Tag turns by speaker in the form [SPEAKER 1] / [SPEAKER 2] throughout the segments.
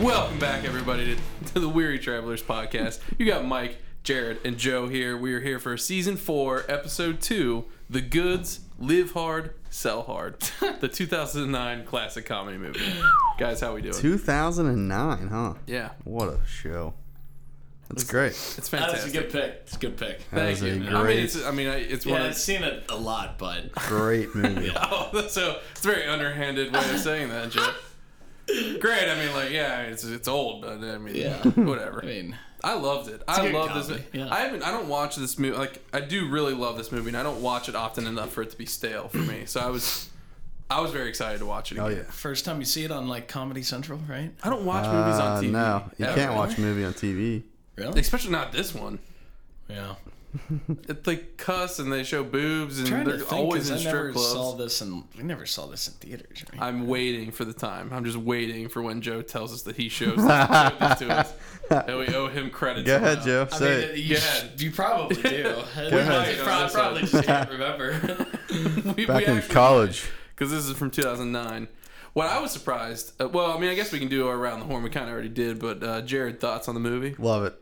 [SPEAKER 1] Welcome back, everybody, to, to the Weary Travelers podcast. You got Mike, Jared, and Joe here. We are here for season four, episode two The Goods Live Hard, Sell Hard, the 2009 classic comedy movie. Guys, how we doing?
[SPEAKER 2] 2009, huh?
[SPEAKER 1] yeah,
[SPEAKER 2] What a show. That's great.
[SPEAKER 1] it's
[SPEAKER 3] That was a
[SPEAKER 1] fantastic.
[SPEAKER 3] good pick. It's a good pick.
[SPEAKER 1] Thank
[SPEAKER 2] was a
[SPEAKER 1] you. I mean,
[SPEAKER 2] great-
[SPEAKER 1] it's, I mean, I- it's one
[SPEAKER 3] Yeah, I've
[SPEAKER 1] of
[SPEAKER 3] seen it a lot, but
[SPEAKER 2] Great movie.
[SPEAKER 1] Oh, so it's a very underhanded way of saying that, Joe. Great. I mean, like, yeah, it's it's old, but I mean,
[SPEAKER 3] Yeah.
[SPEAKER 1] whatever.
[SPEAKER 3] I mean,
[SPEAKER 1] I loved it. I
[SPEAKER 3] good
[SPEAKER 1] love this.
[SPEAKER 3] comedy, yeah.
[SPEAKER 1] I haven't. I don't watch this movie. Like I do really love this movie, and I don't watch it often enough for it to be stale for me. So I was, I was very excited to watch it. Again.
[SPEAKER 2] Oh, yeah.
[SPEAKER 3] first time you see it on like Comedy Central, right?
[SPEAKER 1] I don't watch movies
[SPEAKER 2] Uh,
[SPEAKER 1] on TV.
[SPEAKER 2] no, you
[SPEAKER 1] ever.
[SPEAKER 2] can't watch a movie on TV.
[SPEAKER 3] Really?
[SPEAKER 1] especially not this one.
[SPEAKER 3] Yeah.
[SPEAKER 1] It's like cuss and they show boobs and
[SPEAKER 3] Trying to
[SPEAKER 1] they're
[SPEAKER 3] think,
[SPEAKER 1] always
[SPEAKER 3] 'cause
[SPEAKER 1] in
[SPEAKER 3] I never
[SPEAKER 1] strip clubs.
[SPEAKER 3] saw this, and we never saw this in theaters. Right?
[SPEAKER 1] I'm waiting for the time. I'm just waiting for when Joe tells us that he shows that he showed this to us, and we owe him credit.
[SPEAKER 2] Go ahead,
[SPEAKER 1] somehow.
[SPEAKER 2] Joe.
[SPEAKER 3] I
[SPEAKER 2] Say
[SPEAKER 3] mean,
[SPEAKER 2] it.
[SPEAKER 3] you,
[SPEAKER 1] Yeah.
[SPEAKER 3] you probably do. I probably,
[SPEAKER 1] ahead.
[SPEAKER 3] probably, probably just can't remember.
[SPEAKER 1] We- we
[SPEAKER 2] Back in
[SPEAKER 1] actually-
[SPEAKER 2] college.
[SPEAKER 1] because this is from 2009. What I was surprised, uh, well, I mean, I guess we can do our round the horn. We kind of already did, but uh, Jared, thoughts on the movie?
[SPEAKER 2] Love it.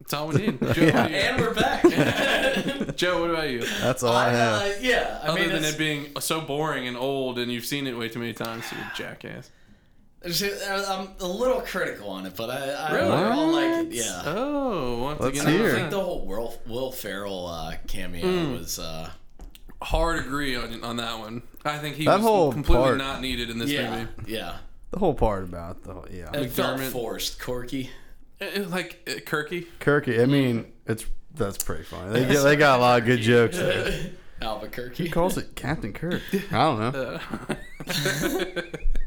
[SPEAKER 1] That's all we need. Joe, what, do
[SPEAKER 3] and we're back.
[SPEAKER 1] you- Joe, what about you?
[SPEAKER 2] That's all I,
[SPEAKER 3] I,
[SPEAKER 2] have.
[SPEAKER 3] uh, yeah. I
[SPEAKER 1] Other
[SPEAKER 3] mean,
[SPEAKER 1] than
[SPEAKER 3] it's-
[SPEAKER 1] it being so boring and old, and you've seen it way too many times, you jackass.
[SPEAKER 3] there's- uh, I'm a little critical on it, but I, I
[SPEAKER 1] Really?
[SPEAKER 3] overall like it. Yeah.
[SPEAKER 1] Oh, once
[SPEAKER 2] Let's
[SPEAKER 1] again, I
[SPEAKER 2] hear.
[SPEAKER 3] I think
[SPEAKER 1] think
[SPEAKER 3] the whole Will, Will Ferrell uh, cameo was. Uh,
[SPEAKER 1] the hard agree on, on that one. I think he
[SPEAKER 2] That
[SPEAKER 1] was
[SPEAKER 2] whole
[SPEAKER 1] completely
[SPEAKER 2] part-
[SPEAKER 1] not needed in this
[SPEAKER 3] yeah,
[SPEAKER 1] movie.
[SPEAKER 3] yeah.
[SPEAKER 2] the whole part about the whole, yeah.
[SPEAKER 3] It felt
[SPEAKER 1] McDermott.
[SPEAKER 3] forced, quirky.
[SPEAKER 1] It- it- like uh, Kirky,
[SPEAKER 2] Kirky, I mean, it's that's pretty funny. They, get, they got a lot of good jokes there.
[SPEAKER 3] Albuquerque.
[SPEAKER 2] Calls it Captain Kirk. I don't
[SPEAKER 1] Uh,
[SPEAKER 2] know.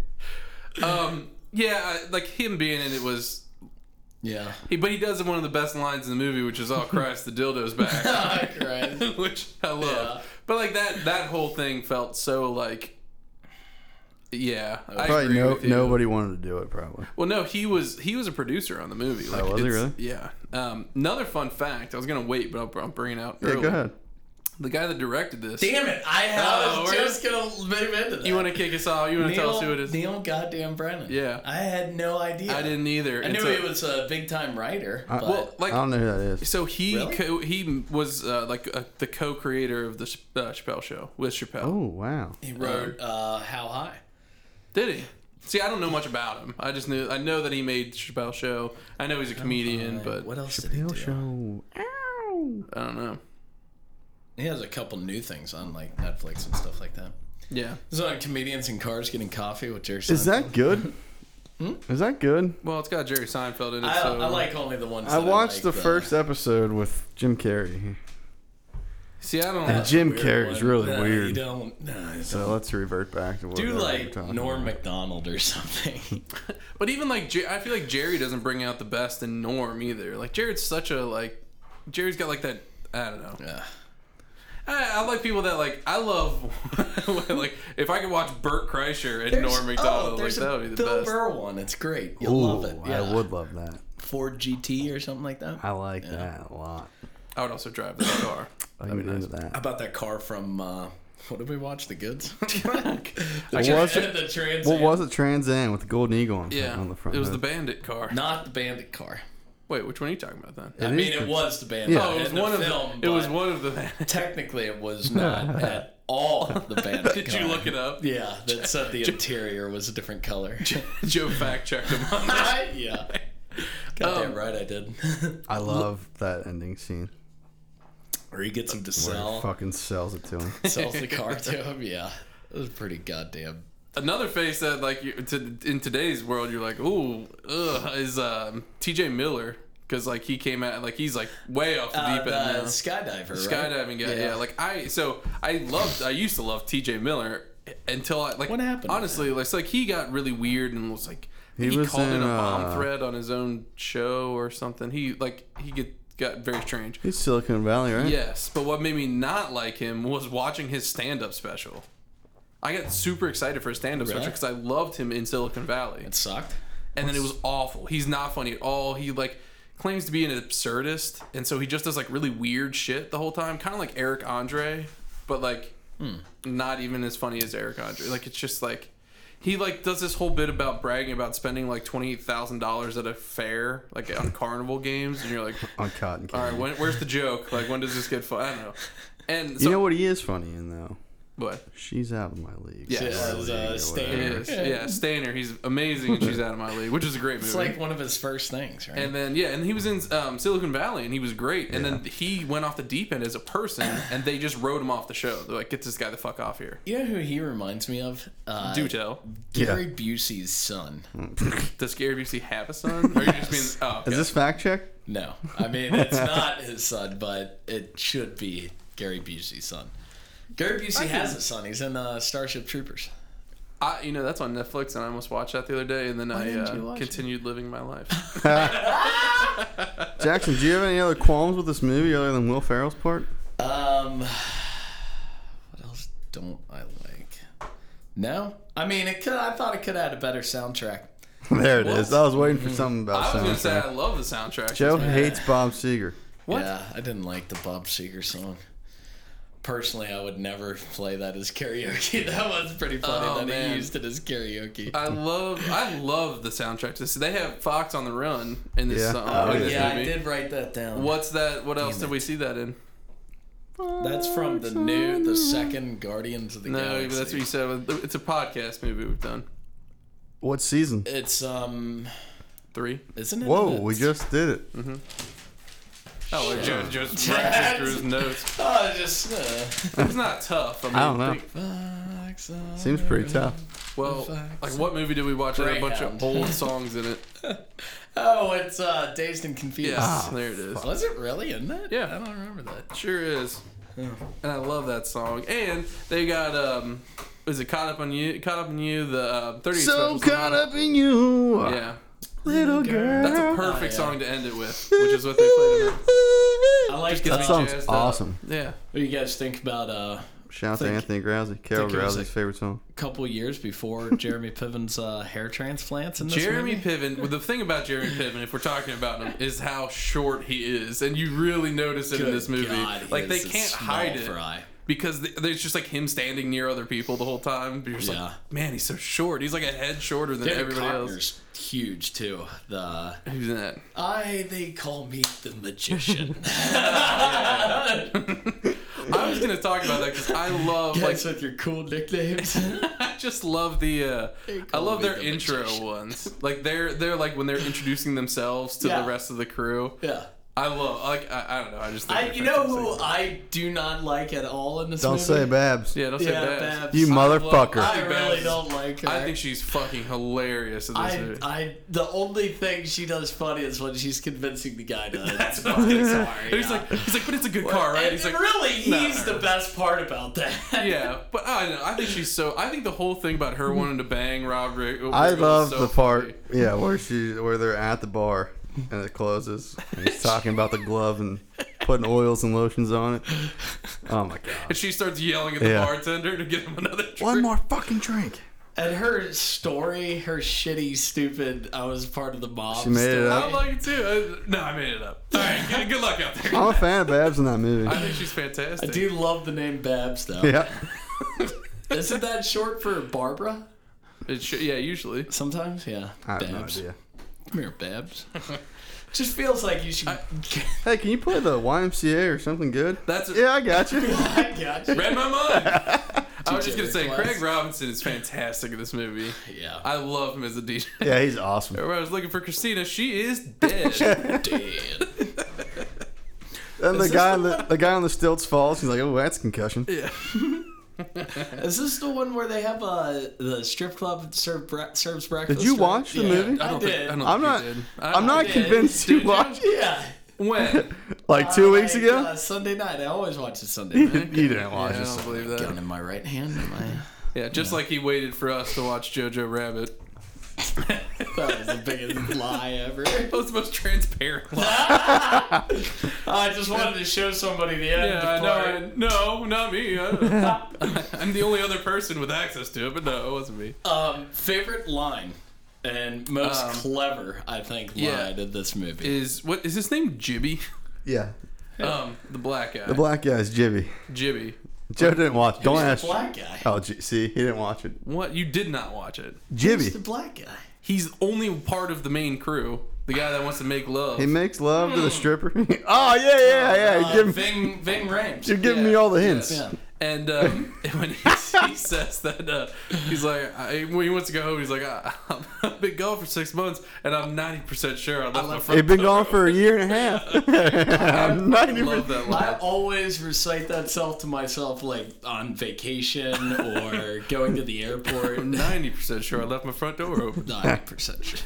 [SPEAKER 1] um, yeah, I- like him being in it was
[SPEAKER 3] Yeah.
[SPEAKER 1] He, but he does have one of the best lines in the movie, which is "Oh Christ, the dildo's back,"
[SPEAKER 3] Oh, Christ.
[SPEAKER 1] which I love.
[SPEAKER 3] Yeah.
[SPEAKER 1] But like that, that whole thing felt so like, yeah, I
[SPEAKER 2] Probably
[SPEAKER 1] agree
[SPEAKER 2] no,
[SPEAKER 1] with you.
[SPEAKER 2] nobody wanted to do it, probably.
[SPEAKER 1] Well, no, he was he was a producer on the movie. Like,
[SPEAKER 2] Oh, was he
[SPEAKER 1] it's-
[SPEAKER 2] really?
[SPEAKER 1] Yeah. Um, another fun fact. I was gonna wait, but I'll, I'll bring it out.
[SPEAKER 2] Yeah,
[SPEAKER 1] early.
[SPEAKER 2] go ahead.
[SPEAKER 1] The guy that directed this.
[SPEAKER 3] Damn it! I
[SPEAKER 1] Oh,
[SPEAKER 3] have
[SPEAKER 1] we're-
[SPEAKER 3] just gonna move into that.
[SPEAKER 1] You want to kick us off? You want to
[SPEAKER 3] Neil,
[SPEAKER 1] tell us who it is?
[SPEAKER 3] Neil, goddamn Brennan.
[SPEAKER 1] Yeah.
[SPEAKER 3] I had no idea.
[SPEAKER 1] I didn't either.
[SPEAKER 3] I knew he was a big time writer. but
[SPEAKER 1] Well,
[SPEAKER 2] I
[SPEAKER 1] like
[SPEAKER 2] don't know who that is.
[SPEAKER 1] So he
[SPEAKER 3] Really?
[SPEAKER 1] co- he was uh, like uh, the co-creator of the Ch- uh, Chappelle Show with Chappelle.
[SPEAKER 2] Oh, wow.
[SPEAKER 3] he wrote uh, How High.
[SPEAKER 1] Did he? See, I don't know much about him. I just knew I know that he made Chappelle Show. I know he's a comedian, but
[SPEAKER 3] what else did he
[SPEAKER 2] Bill
[SPEAKER 3] do?
[SPEAKER 2] Show. Ow.
[SPEAKER 1] I don't know.
[SPEAKER 3] He has a couple new things on like Netflix and stuff like that.
[SPEAKER 1] Yeah.
[SPEAKER 3] He's on comedians in cars getting coffee with Jerry.
[SPEAKER 2] Is that good? Is that good?
[SPEAKER 1] Well, it's got Jerry Seinfeld in it.
[SPEAKER 3] I,
[SPEAKER 1] so
[SPEAKER 3] I like only the ones.
[SPEAKER 2] I
[SPEAKER 3] that
[SPEAKER 2] watched
[SPEAKER 3] like,
[SPEAKER 2] the
[SPEAKER 3] though.
[SPEAKER 2] first episode with Jim Carrey.
[SPEAKER 1] See, I don't.
[SPEAKER 2] And Jim
[SPEAKER 3] Weird
[SPEAKER 2] Carrey's
[SPEAKER 3] one.
[SPEAKER 2] really
[SPEAKER 3] Nah, You
[SPEAKER 2] weird.
[SPEAKER 3] don't. Nah, you
[SPEAKER 2] So let's revert back to what
[SPEAKER 3] do
[SPEAKER 2] we were
[SPEAKER 3] like
[SPEAKER 2] talking
[SPEAKER 3] Norm
[SPEAKER 2] about.
[SPEAKER 3] Macdonald or something.
[SPEAKER 1] But even like, Jer- I feel like Jerry doesn't bring out the best in Norm either. Like Jared's such a like. Jerry's got like that. I don't know.
[SPEAKER 3] Yeah.
[SPEAKER 1] I, I like people that like. I love when, like if I could watch Bert Kreischer and Norm
[SPEAKER 3] oh,
[SPEAKER 1] Macdonald, like
[SPEAKER 3] there's
[SPEAKER 1] that
[SPEAKER 3] a
[SPEAKER 1] would be the
[SPEAKER 3] Bill
[SPEAKER 1] best.
[SPEAKER 3] Burr one. It's great. You'll
[SPEAKER 2] Ooh,
[SPEAKER 3] love it. Yeah.
[SPEAKER 2] I would love that.
[SPEAKER 3] Ford GT or something like that.
[SPEAKER 2] I
[SPEAKER 3] How
[SPEAKER 2] like that a lot.
[SPEAKER 1] I would also drive that car.
[SPEAKER 2] I can into that.
[SPEAKER 3] about that car from? Uh, what did we watch? The Goods.
[SPEAKER 2] What was it?
[SPEAKER 3] the Trans.
[SPEAKER 2] What was it? Trans Am with the golden eagle on,
[SPEAKER 1] Yeah,
[SPEAKER 2] on the front.
[SPEAKER 1] it was the
[SPEAKER 2] hood.
[SPEAKER 1] Bandit car.
[SPEAKER 3] Not the Bandit car.
[SPEAKER 1] Wait, which one are you talking about then?
[SPEAKER 3] I
[SPEAKER 2] is
[SPEAKER 3] mean,
[SPEAKER 2] the-
[SPEAKER 3] it was the Bandit.
[SPEAKER 2] Yeah.
[SPEAKER 1] Oh, it was
[SPEAKER 3] in the
[SPEAKER 1] one of
[SPEAKER 3] film,
[SPEAKER 1] the. It was
[SPEAKER 3] but-
[SPEAKER 1] one of the.
[SPEAKER 3] Technically, it was not at all the bandit.
[SPEAKER 1] Did you look it up?
[SPEAKER 3] Yeah, that said the interior was a different color.
[SPEAKER 1] Joe fact checked him on that.
[SPEAKER 3] yeah. Goddamn right, I did.
[SPEAKER 2] I love that ending scene.
[SPEAKER 3] or he gets him to
[SPEAKER 2] Where he
[SPEAKER 3] sell,
[SPEAKER 2] fucking sells it to him.
[SPEAKER 3] sells the car to him. Yeah, it was pretty goddamn.
[SPEAKER 1] Another face that, like, you, to, in today's world, you're like, ooh, ugh, is um, T.J. Miller because like he came out like he's like way off the
[SPEAKER 3] Uh,
[SPEAKER 1] deep end
[SPEAKER 3] the
[SPEAKER 1] now.
[SPEAKER 3] skydiver, right?
[SPEAKER 1] Skydiving guy, yeah. Like I, so I loved, I used to love T.J. Miller until I like.
[SPEAKER 3] What happened to
[SPEAKER 1] Honestly, like, it's like he got really weird and was like he,
[SPEAKER 2] was
[SPEAKER 1] called in,
[SPEAKER 2] in,
[SPEAKER 1] a
[SPEAKER 2] uh,
[SPEAKER 1] bomb threat on his own show or something. He like he get, got very strange.
[SPEAKER 2] He's Silicon Valley, right?
[SPEAKER 1] Yes, but what made me not like him was watching his stand-up special. I got super excited for his stand-up special
[SPEAKER 3] Really?
[SPEAKER 1] because I loved him in Silicon Valley,
[SPEAKER 3] it sucked.
[SPEAKER 1] and then it was awful. He's not funny at all. He like claims to be an absurdist, and so he just does like really weird shit the whole time, kind of like Eric Andre, but like not even as funny as Eric Andre. Like it's just like he like does this whole bit about bragging about spending like twenty eight thousand dollars at a fair, like on carnival games, and you're like,
[SPEAKER 2] on cotton
[SPEAKER 1] all
[SPEAKER 2] candy.
[SPEAKER 1] right, when, where's the joke? Like, when does this get fun? I don't know. And so,
[SPEAKER 2] you know what he is funny in though?
[SPEAKER 1] but
[SPEAKER 2] She's out of my league.
[SPEAKER 1] Yeah.
[SPEAKER 2] She's out of
[SPEAKER 3] This is,
[SPEAKER 2] my
[SPEAKER 3] uh,
[SPEAKER 2] league or
[SPEAKER 3] Stan.
[SPEAKER 1] it
[SPEAKER 2] whatever.
[SPEAKER 1] is, yeah, Stainer, he's amazing, and she's out of my league, which is a great movie.
[SPEAKER 3] It's like one of his first things, right?
[SPEAKER 1] And then yeah, and he was in um, Silicon Valley, and he was great. And then he went off the deep end as a person, and they just wrote him off the show. They're like, "Get this guy the fuck off here."
[SPEAKER 3] you know who he reminds me of? Uh,
[SPEAKER 1] Do tell.
[SPEAKER 3] Gary Busey's son.
[SPEAKER 1] Does Gary Busey have a son? Or are you just being? Oh, okay.
[SPEAKER 2] Is this fact check?
[SPEAKER 3] No, I mean it's not his son, but it should be Gary Busey's son. Gary Busey has a son. He's in uh, Starship Troopers.
[SPEAKER 1] I, you know that's on Netflix, and I almost watched that the other day, and then I
[SPEAKER 3] didn't you
[SPEAKER 1] uh,
[SPEAKER 3] watch
[SPEAKER 1] continued living my life.
[SPEAKER 2] Jackson, do you have any other qualms with this movie other than Will Ferrell's part?
[SPEAKER 3] Um, what else don't I like? No, I mean it could. I thought it could have had a better soundtrack.
[SPEAKER 2] there it is.
[SPEAKER 1] What?
[SPEAKER 2] I was waiting for something about
[SPEAKER 1] I was gonna say
[SPEAKER 2] soundtrack.
[SPEAKER 1] I love the soundtrack.
[SPEAKER 2] Joe hates Bob Seger.
[SPEAKER 1] What?
[SPEAKER 3] Yeah, I didn't like the Bob Seger song. Personally, I would never play that as karaoke. That was pretty funny
[SPEAKER 1] Oh,
[SPEAKER 3] that
[SPEAKER 1] man. Uh,
[SPEAKER 3] he used it as karaoke.
[SPEAKER 1] I love I love the soundtrack. to This they have Fox on the Run in this
[SPEAKER 2] Yeah.
[SPEAKER 1] song.
[SPEAKER 2] Oh,
[SPEAKER 1] in this
[SPEAKER 3] yeah, I
[SPEAKER 1] movie.
[SPEAKER 3] did write that down.
[SPEAKER 1] What's that? What else did we see that in?
[SPEAKER 3] That's from the new, the second Guardians of the
[SPEAKER 1] No,
[SPEAKER 3] Galaxy.
[SPEAKER 1] but that's what you said. It's a podcast movie we've done.
[SPEAKER 2] What season?
[SPEAKER 3] It's um,
[SPEAKER 1] Three.
[SPEAKER 3] isn't it?
[SPEAKER 2] Whoa,
[SPEAKER 3] in the-
[SPEAKER 2] we just did it.
[SPEAKER 1] Mm-hmm. Oh, like Joe just rushes through his notes.
[SPEAKER 3] Oh, it's just.
[SPEAKER 1] It's not tough. I, mean,
[SPEAKER 2] I don't know.
[SPEAKER 1] think-
[SPEAKER 3] Uh,
[SPEAKER 2] Seems pretty tough.
[SPEAKER 1] well, like what movie did we watch that had a bunch of
[SPEAKER 3] Greyhound.
[SPEAKER 1] old songs in it?
[SPEAKER 3] Oh, it's uh, dazed and confused.
[SPEAKER 1] Yes, there it is.
[SPEAKER 3] Was it really in that?
[SPEAKER 1] Yeah.
[SPEAKER 3] I don't remember that.
[SPEAKER 1] Sure is. And I love that song. And they got um, is it caught up on you? Caught up on you? The uh, thirty.
[SPEAKER 2] So caught up in you, uh,
[SPEAKER 1] Yeah,
[SPEAKER 2] little girl.
[SPEAKER 1] that's a perfect
[SPEAKER 3] yeah.
[SPEAKER 1] song to end it with, which is what they played. in it.
[SPEAKER 3] I
[SPEAKER 1] gets
[SPEAKER 3] like
[SPEAKER 2] That
[SPEAKER 1] me
[SPEAKER 3] that.
[SPEAKER 1] song.
[SPEAKER 2] song's
[SPEAKER 1] jazzed up.
[SPEAKER 2] awesome.
[SPEAKER 1] Yeah.
[SPEAKER 3] What do you guys think about uh,
[SPEAKER 2] Shout out to
[SPEAKER 3] Think-
[SPEAKER 2] Anthony Grousey, Carol
[SPEAKER 3] think it was
[SPEAKER 2] Grousey's
[SPEAKER 3] like-
[SPEAKER 2] favorite song.
[SPEAKER 3] a couple years before Jeremy Piven's uh, hair transplants in this
[SPEAKER 1] Jeremy
[SPEAKER 3] movie?
[SPEAKER 1] Piven. Well, the thing about Jeremy Piven, if we're talking about him, is how short he is, and you really notice it in
[SPEAKER 3] Good
[SPEAKER 1] this movie.
[SPEAKER 3] God, he
[SPEAKER 1] like they
[SPEAKER 3] is a
[SPEAKER 1] can't
[SPEAKER 3] small
[SPEAKER 1] hide it
[SPEAKER 3] fry.
[SPEAKER 1] because th- there's just like him standing near other people the whole time. But you're just
[SPEAKER 3] Yeah.
[SPEAKER 1] like, man, he's so short. He's like a head shorter than
[SPEAKER 3] David
[SPEAKER 1] everybody else.
[SPEAKER 3] Cotner's huge too. The
[SPEAKER 1] Who's in that?
[SPEAKER 3] I they call me the magician.
[SPEAKER 1] I was gonna talk about that because I love like
[SPEAKER 3] Guys with your cool nicknames.
[SPEAKER 1] I just love the uh, I
[SPEAKER 3] call
[SPEAKER 1] love
[SPEAKER 3] me
[SPEAKER 1] their
[SPEAKER 3] the
[SPEAKER 1] intro
[SPEAKER 3] magician.
[SPEAKER 1] ones. Like they're they're like when they're introducing themselves to
[SPEAKER 3] Yeah.
[SPEAKER 1] the rest of the crew.
[SPEAKER 3] yeah.
[SPEAKER 1] I love like I, I don't know. I just think
[SPEAKER 3] I
[SPEAKER 1] they're
[SPEAKER 3] you know who
[SPEAKER 1] fantastic.
[SPEAKER 3] I do not like at all in this
[SPEAKER 2] Don't
[SPEAKER 3] movie?
[SPEAKER 2] say Babs.
[SPEAKER 1] yeah don't say
[SPEAKER 3] Yeah,
[SPEAKER 1] that.
[SPEAKER 3] Babs.
[SPEAKER 2] You motherfucker.
[SPEAKER 3] I
[SPEAKER 1] Babs.
[SPEAKER 3] really don't like her.
[SPEAKER 1] I think she's fucking hilarious in this
[SPEAKER 3] I,
[SPEAKER 1] movie.
[SPEAKER 3] I the only thing she does funny is when she's convincing the guy to. That's
[SPEAKER 1] fucking
[SPEAKER 3] sorry.
[SPEAKER 1] he's like, he's like, but it's a good car, right?
[SPEAKER 3] and
[SPEAKER 1] He's like,
[SPEAKER 3] really,
[SPEAKER 1] "Nah."
[SPEAKER 3] he's the best part about that.
[SPEAKER 1] yeah, but I don't know. I think she's so. I think the whole thing about her wanting to bang Rob Rig-
[SPEAKER 2] I
[SPEAKER 1] Riggle is
[SPEAKER 2] love
[SPEAKER 1] so
[SPEAKER 2] the
[SPEAKER 1] funny.
[SPEAKER 2] part, yeah, where she, where they're at the bar and it closes. And he's talking about the glove and putting oils and lotions on it. Oh my god!
[SPEAKER 1] And she starts yelling at the
[SPEAKER 2] Yeah.
[SPEAKER 1] bartender to get him another drink.
[SPEAKER 2] One more fucking drink.
[SPEAKER 3] And her story, her shitty, stupid, I was part of the mob.
[SPEAKER 2] She made it
[SPEAKER 3] story.
[SPEAKER 1] I
[SPEAKER 2] up.
[SPEAKER 1] like it too. I, no, I made it up. All right, good, good luck out there.
[SPEAKER 2] I'm a fan of Babs in that movie.
[SPEAKER 1] I think she's
[SPEAKER 3] I
[SPEAKER 1] fantastic.
[SPEAKER 3] do love the name Babs, though.
[SPEAKER 2] Yeah,
[SPEAKER 3] Isn't that short for Barbara?
[SPEAKER 1] It should- yeah, usually.
[SPEAKER 3] Sometimes, yeah.
[SPEAKER 2] I have no
[SPEAKER 3] Babs.
[SPEAKER 2] idea.
[SPEAKER 3] Come here, Babs. Just feels like you should. I,
[SPEAKER 2] Hey, can you play the YMCA or something good?
[SPEAKER 1] That's
[SPEAKER 2] Yeah, I got you.
[SPEAKER 3] got you.
[SPEAKER 1] read my mind. I was
[SPEAKER 3] DJ
[SPEAKER 1] just gonna say,
[SPEAKER 3] request.
[SPEAKER 1] Craig Robinson is fantastic in this movie.
[SPEAKER 3] Yeah.
[SPEAKER 1] I love him as a DJ.
[SPEAKER 2] Yeah, he's awesome.
[SPEAKER 1] When I was looking for Christina, she is dead.
[SPEAKER 3] Dead.
[SPEAKER 2] And the
[SPEAKER 3] this
[SPEAKER 2] guy,
[SPEAKER 3] the
[SPEAKER 2] on the, the guy on the stilts falls. He's like, "Oh, that's concussion."
[SPEAKER 1] yeah.
[SPEAKER 3] Is this the one where they have uh, the strip club serve bre- serves breakfast?
[SPEAKER 2] you
[SPEAKER 3] right?
[SPEAKER 2] watch the
[SPEAKER 3] Yeah,
[SPEAKER 2] movie?
[SPEAKER 3] I,
[SPEAKER 1] I don't
[SPEAKER 3] did.
[SPEAKER 1] think- I don't
[SPEAKER 2] I'm
[SPEAKER 1] think
[SPEAKER 2] not.
[SPEAKER 1] you did. I
[SPEAKER 2] I'm not
[SPEAKER 1] don't-
[SPEAKER 3] did.
[SPEAKER 2] convinced you
[SPEAKER 1] Did you?
[SPEAKER 2] watched.
[SPEAKER 3] Yeah.
[SPEAKER 1] When?
[SPEAKER 2] Like two weeks
[SPEAKER 3] Like,
[SPEAKER 2] ago.
[SPEAKER 3] uh, Sunday night. I always watch it Sunday night.
[SPEAKER 2] You didn't watch
[SPEAKER 1] Yeah, I
[SPEAKER 2] this.
[SPEAKER 1] don't believe
[SPEAKER 3] Gun
[SPEAKER 1] that.
[SPEAKER 3] in my right hand. and My...
[SPEAKER 1] Yeah, just like he waited for us to watch Jojo Rabbit.
[SPEAKER 3] That was the biggest lie ever.
[SPEAKER 1] That was the most transparent. lie.
[SPEAKER 3] I just wanted to show somebody the end.
[SPEAKER 1] Yeah, I know. I- No, not me. I- I'm the only other person with access to it, but no, it wasn't me.
[SPEAKER 3] Um, favorite line and most
[SPEAKER 1] Um,
[SPEAKER 3] clever, I think, line
[SPEAKER 1] yeah.
[SPEAKER 3] in this movie.
[SPEAKER 1] Is what is his name? Jibby.
[SPEAKER 2] Yeah,
[SPEAKER 1] Um, the black guy.
[SPEAKER 2] the black guy's Jibby.
[SPEAKER 1] Jibby.
[SPEAKER 2] Joe didn't watch. Don't
[SPEAKER 3] Who's the
[SPEAKER 2] ask.
[SPEAKER 3] black guy?
[SPEAKER 2] Oh, gee, see, he didn't watch it.
[SPEAKER 1] What? You did not watch it.
[SPEAKER 2] Jibby.
[SPEAKER 3] Who's the black guy?
[SPEAKER 1] He's only part of the main crew. The guy that wants to make love.
[SPEAKER 2] He makes love to the stripper. oh yeah, yeah, yeah.
[SPEAKER 3] Uh,
[SPEAKER 2] you give him,
[SPEAKER 3] Ving Ving Rhames.
[SPEAKER 2] you're giving
[SPEAKER 1] yeah,
[SPEAKER 2] me all the hints.
[SPEAKER 3] Yeah.
[SPEAKER 1] And um, when he, he says that, uh, he's like, I, when he wants to go home, he's like, I, I've been gone for six months, and I'm 90% sure I left my
[SPEAKER 2] They've
[SPEAKER 1] front
[SPEAKER 2] been
[SPEAKER 1] door
[SPEAKER 2] gone for a year and a half. Ninety
[SPEAKER 1] open." Love that
[SPEAKER 3] I
[SPEAKER 1] line.
[SPEAKER 3] always recite that self to myself, like on vacation or going to the airport.
[SPEAKER 1] I'm 90% sure I left my front door open.
[SPEAKER 3] Ninety percent sure.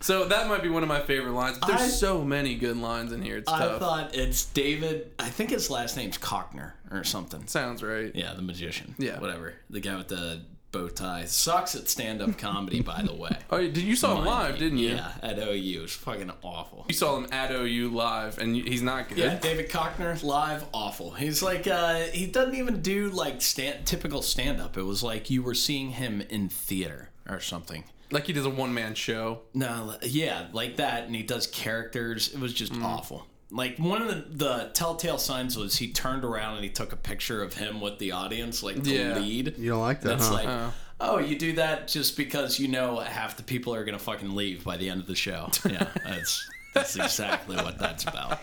[SPEAKER 1] so that might be one of my favorite lines. But there's
[SPEAKER 3] I-
[SPEAKER 1] so many good lines in here. It's
[SPEAKER 3] I
[SPEAKER 1] tough.
[SPEAKER 3] thought it's David. I think his last name's Cockner or something.
[SPEAKER 1] Sounds right.
[SPEAKER 3] Yeah, the magician.
[SPEAKER 1] Yeah.
[SPEAKER 3] whatever. The guy with the bow tie sucks at stand-up comedy, by the way.
[SPEAKER 1] Oh, did you saw him live, didn't you?
[SPEAKER 3] Yeah, at OU, it's fucking awful.
[SPEAKER 1] You saw him at OU live, and he's not good.
[SPEAKER 3] Yeah, David Cockner live, awful. He's like, uh, he doesn't even do like stand, typical stand up. It was like you were seeing him in theater or something.
[SPEAKER 1] Like he does a one man show.
[SPEAKER 3] No, yeah, like that, and he does characters. It was just
[SPEAKER 1] Mm.
[SPEAKER 3] awful. Like one of the, the telltale signs was he turned around and he took a picture of him with the audience, like the
[SPEAKER 1] Yeah. Uh-huh.
[SPEAKER 3] lead.
[SPEAKER 2] You don't like that,
[SPEAKER 3] That's
[SPEAKER 2] huh?
[SPEAKER 3] like,
[SPEAKER 1] Uh,
[SPEAKER 3] oh, you do that just because you know half the people are gonna fucking leave by the end of the show. Yeah, that's that's exactly what that's about.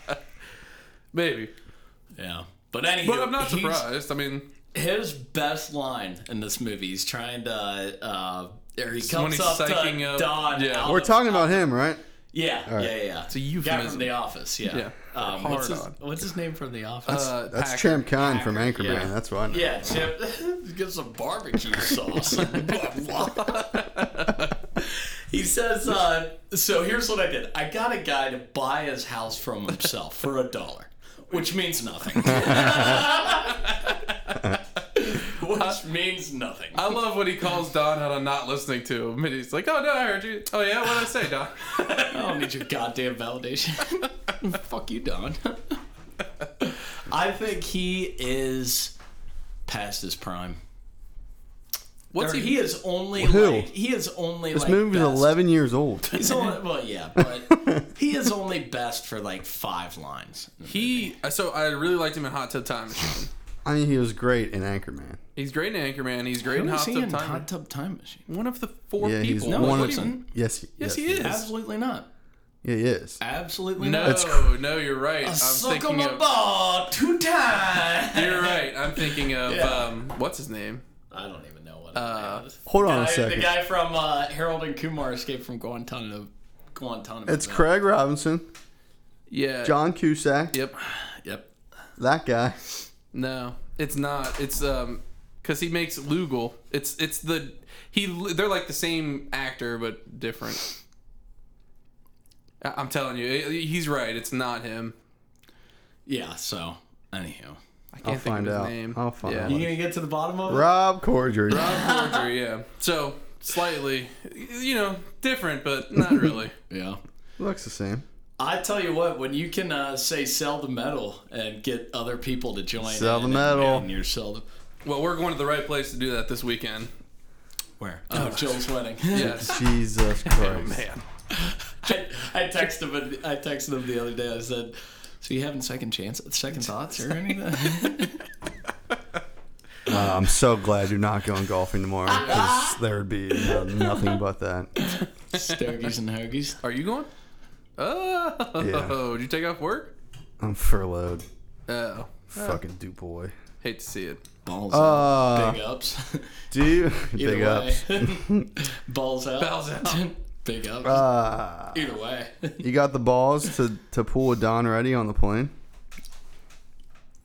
[SPEAKER 1] Maybe.
[SPEAKER 3] Yeah, but anyway,
[SPEAKER 1] But I'm not surprised. I mean,
[SPEAKER 3] His best line in this movie, he's trying to, uh, or he comes
[SPEAKER 1] he's
[SPEAKER 3] up
[SPEAKER 1] psyching
[SPEAKER 3] to
[SPEAKER 1] up-
[SPEAKER 3] Don.
[SPEAKER 1] yeah.
[SPEAKER 3] out
[SPEAKER 2] We're
[SPEAKER 3] of-
[SPEAKER 2] talking about him, right?
[SPEAKER 3] Yeah, yeah, yeah, yeah. It's
[SPEAKER 1] a
[SPEAKER 3] Guy
[SPEAKER 1] euphemism.
[SPEAKER 3] from The Office. Yeah.
[SPEAKER 1] Yeah.
[SPEAKER 3] Um,
[SPEAKER 1] Hard
[SPEAKER 3] what's, his,
[SPEAKER 1] on.
[SPEAKER 3] what's his name from The Office?
[SPEAKER 1] uh,
[SPEAKER 2] That's
[SPEAKER 1] Packer-
[SPEAKER 2] Tram Khan from Anchorman.
[SPEAKER 3] yeah.
[SPEAKER 2] That's why. I know.
[SPEAKER 3] yeah, Chip. Get some barbecue sauce. he says, uh, so here's what I did. I got a guy to buy his house from himself for a dollar, which means nothing. which means nothing.
[SPEAKER 1] I love when he calls Don out on not listening to him, and he's like, "Oh no, I heard you. Oh yeah, what did I say, Don?"
[SPEAKER 3] I don't need your goddamn validation. Fuck you, Don. I think he is past his prime.
[SPEAKER 1] What's
[SPEAKER 3] Or
[SPEAKER 1] he?
[SPEAKER 3] he is only
[SPEAKER 2] Who?
[SPEAKER 3] like he is only
[SPEAKER 2] This
[SPEAKER 3] like
[SPEAKER 2] movie's
[SPEAKER 3] best-
[SPEAKER 2] 11 years old.
[SPEAKER 3] He's only, well, yeah, but he is only best for like five lines.
[SPEAKER 1] He. So I really liked him in Hot Tub Time Machine.
[SPEAKER 2] I mean, he was great in Anchorman.
[SPEAKER 1] He's great in Anchorman. He's great in Hot Tub Time.
[SPEAKER 3] Hot Tub Time Machine?
[SPEAKER 1] One of the four
[SPEAKER 2] Yeah, he's
[SPEAKER 1] people.
[SPEAKER 3] No,
[SPEAKER 2] one
[SPEAKER 3] he
[SPEAKER 2] of
[SPEAKER 3] wasn't.
[SPEAKER 2] Yes, he-
[SPEAKER 1] Yes, he is.
[SPEAKER 3] Absolutely not.
[SPEAKER 2] Yeah, he is.
[SPEAKER 3] Absolutely
[SPEAKER 1] No,
[SPEAKER 3] not.
[SPEAKER 1] no, you're right. I'm
[SPEAKER 3] Suck
[SPEAKER 1] thinking
[SPEAKER 3] on my
[SPEAKER 1] of.
[SPEAKER 3] ball two times.
[SPEAKER 1] You're right. I'm thinking of
[SPEAKER 3] Yeah.
[SPEAKER 1] um, what's his name?
[SPEAKER 3] I don't even know what. Uh,
[SPEAKER 2] Hold on a
[SPEAKER 3] guy-
[SPEAKER 2] second.
[SPEAKER 3] The guy from uh, Harold and Kumar Escape from Guantanamo. Guantanamo.
[SPEAKER 2] It's
[SPEAKER 3] Bay.
[SPEAKER 2] Craig Robinson,
[SPEAKER 1] Yeah.
[SPEAKER 2] John Cusack,
[SPEAKER 1] Yep.
[SPEAKER 3] Yep.
[SPEAKER 2] that guy.
[SPEAKER 1] No, it's not. It's um, cause he makes Lugal. It's it's the he. They're like the same actor but different. I- I'm telling you, it- he's right. It's not him.
[SPEAKER 3] Yeah. So, anyhow,
[SPEAKER 1] I can't
[SPEAKER 2] I'll
[SPEAKER 1] think
[SPEAKER 2] find
[SPEAKER 1] of his
[SPEAKER 2] out.
[SPEAKER 1] name.
[SPEAKER 2] I'll find
[SPEAKER 1] yeah.
[SPEAKER 2] out.
[SPEAKER 3] you gonna get to the bottom of it?
[SPEAKER 2] Rob Corddry.
[SPEAKER 1] Rob Corddry, yeah. So slightly, you know, different, but not really.
[SPEAKER 3] Yeah.
[SPEAKER 2] Looks the same.
[SPEAKER 3] I tell you what, when you can uh, say sell the metal and get other people to join,
[SPEAKER 2] Sell the
[SPEAKER 3] in
[SPEAKER 2] metal.
[SPEAKER 3] and you're sell the
[SPEAKER 1] well, we're going to the right place to do that this weekend.
[SPEAKER 3] where? Oh, Joel's wedding.
[SPEAKER 1] Yes.
[SPEAKER 2] Jesus Christ.
[SPEAKER 1] Man.
[SPEAKER 3] I, I texted him. I texted him the other day. I said, "So you having second chance, second thoughts, or anything?"
[SPEAKER 2] Uh, I'm so glad you're not going golfing tomorrow because there would be no- nothing but that.
[SPEAKER 3] Stogies and hoagies.
[SPEAKER 1] Are you going? Oh,
[SPEAKER 2] Yeah.
[SPEAKER 1] did you take off work?
[SPEAKER 2] I'm furloughed.
[SPEAKER 1] Oh,
[SPEAKER 2] Fucking do boy.
[SPEAKER 1] hate to see it.
[SPEAKER 3] Balls
[SPEAKER 2] Uh,
[SPEAKER 3] out. Big ups.
[SPEAKER 2] do you,
[SPEAKER 3] Either
[SPEAKER 2] big
[SPEAKER 3] way.
[SPEAKER 2] ups.
[SPEAKER 3] Balls out.
[SPEAKER 1] Balls out.
[SPEAKER 3] Big ups.
[SPEAKER 2] Uh,
[SPEAKER 3] Either way.
[SPEAKER 2] you got the balls to, to pull a Don Reddy on the plane,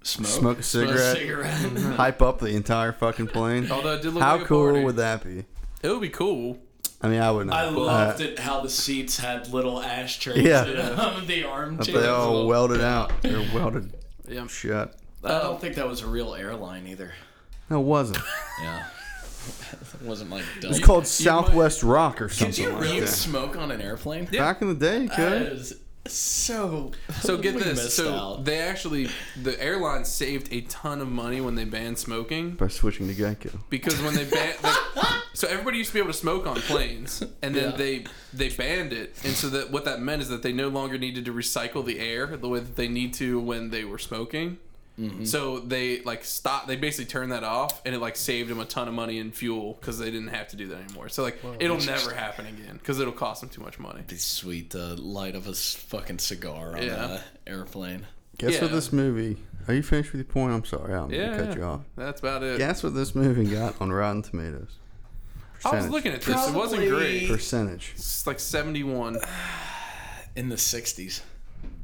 [SPEAKER 3] Smoke.
[SPEAKER 2] smoke a cigarette, Mm-hmm.
[SPEAKER 3] cigarette.
[SPEAKER 2] hype up the entire fucking plane.
[SPEAKER 1] Although it did look
[SPEAKER 2] How
[SPEAKER 1] like a
[SPEAKER 2] cool
[SPEAKER 1] party.
[SPEAKER 2] would that be?
[SPEAKER 1] It would be cool.
[SPEAKER 2] I mean, I wouldn't.
[SPEAKER 3] I
[SPEAKER 2] uh,
[SPEAKER 3] loved it how the seats had little ashtrays
[SPEAKER 2] Yeah. Oh,
[SPEAKER 3] in them, the armchairs.
[SPEAKER 2] They all welded out. They're welded
[SPEAKER 1] Yeah.
[SPEAKER 2] shut.
[SPEAKER 3] I don't think that was a real airline either.
[SPEAKER 2] No, it wasn't.
[SPEAKER 3] Yeah. it wasn't like a
[SPEAKER 2] It's
[SPEAKER 3] Delta.
[SPEAKER 2] called Southwest Rock or
[SPEAKER 3] Did
[SPEAKER 2] something
[SPEAKER 3] you
[SPEAKER 2] like
[SPEAKER 3] really
[SPEAKER 2] that.
[SPEAKER 3] smoke on an airplane?
[SPEAKER 2] Back in the day, you
[SPEAKER 3] That
[SPEAKER 2] could.
[SPEAKER 3] is so.
[SPEAKER 1] So get
[SPEAKER 3] we
[SPEAKER 1] this.
[SPEAKER 3] missed
[SPEAKER 1] So
[SPEAKER 3] out.
[SPEAKER 1] they actually, the airline saved a ton of money when they banned smoking
[SPEAKER 2] By switching to Geico.
[SPEAKER 1] because when they banned, so everybody used to be able to smoke on planes, and then
[SPEAKER 3] Yeah.
[SPEAKER 1] they they banned it, and so that what that meant is that they no longer needed to recycle the air the way that they need to when they were smoking.
[SPEAKER 3] Mm-hmm.
[SPEAKER 1] So they like stop. They basically turned that off, and it like saved them a ton of money in fuel because they didn't have to do that anymore. So like it'll never happen again because it'll cost them too much money.
[SPEAKER 3] Be sweet to light of a s- fucking cigar on
[SPEAKER 1] Yeah.
[SPEAKER 3] a airplane.
[SPEAKER 2] Guess
[SPEAKER 1] Yeah.
[SPEAKER 2] what this movie? Are you finished with your point? I'm sorry. I'm
[SPEAKER 1] Yeah,
[SPEAKER 2] gonna cut
[SPEAKER 1] yeah.
[SPEAKER 2] you off.
[SPEAKER 1] That's about it.
[SPEAKER 2] Guess what this movie got on Rotten Tomatoes?
[SPEAKER 1] I was
[SPEAKER 2] Percentage.
[SPEAKER 1] looking at this. It wasn't
[SPEAKER 3] Probably-
[SPEAKER 1] great.
[SPEAKER 2] percentage.
[SPEAKER 1] It's like seventy-one.
[SPEAKER 3] In the 60s.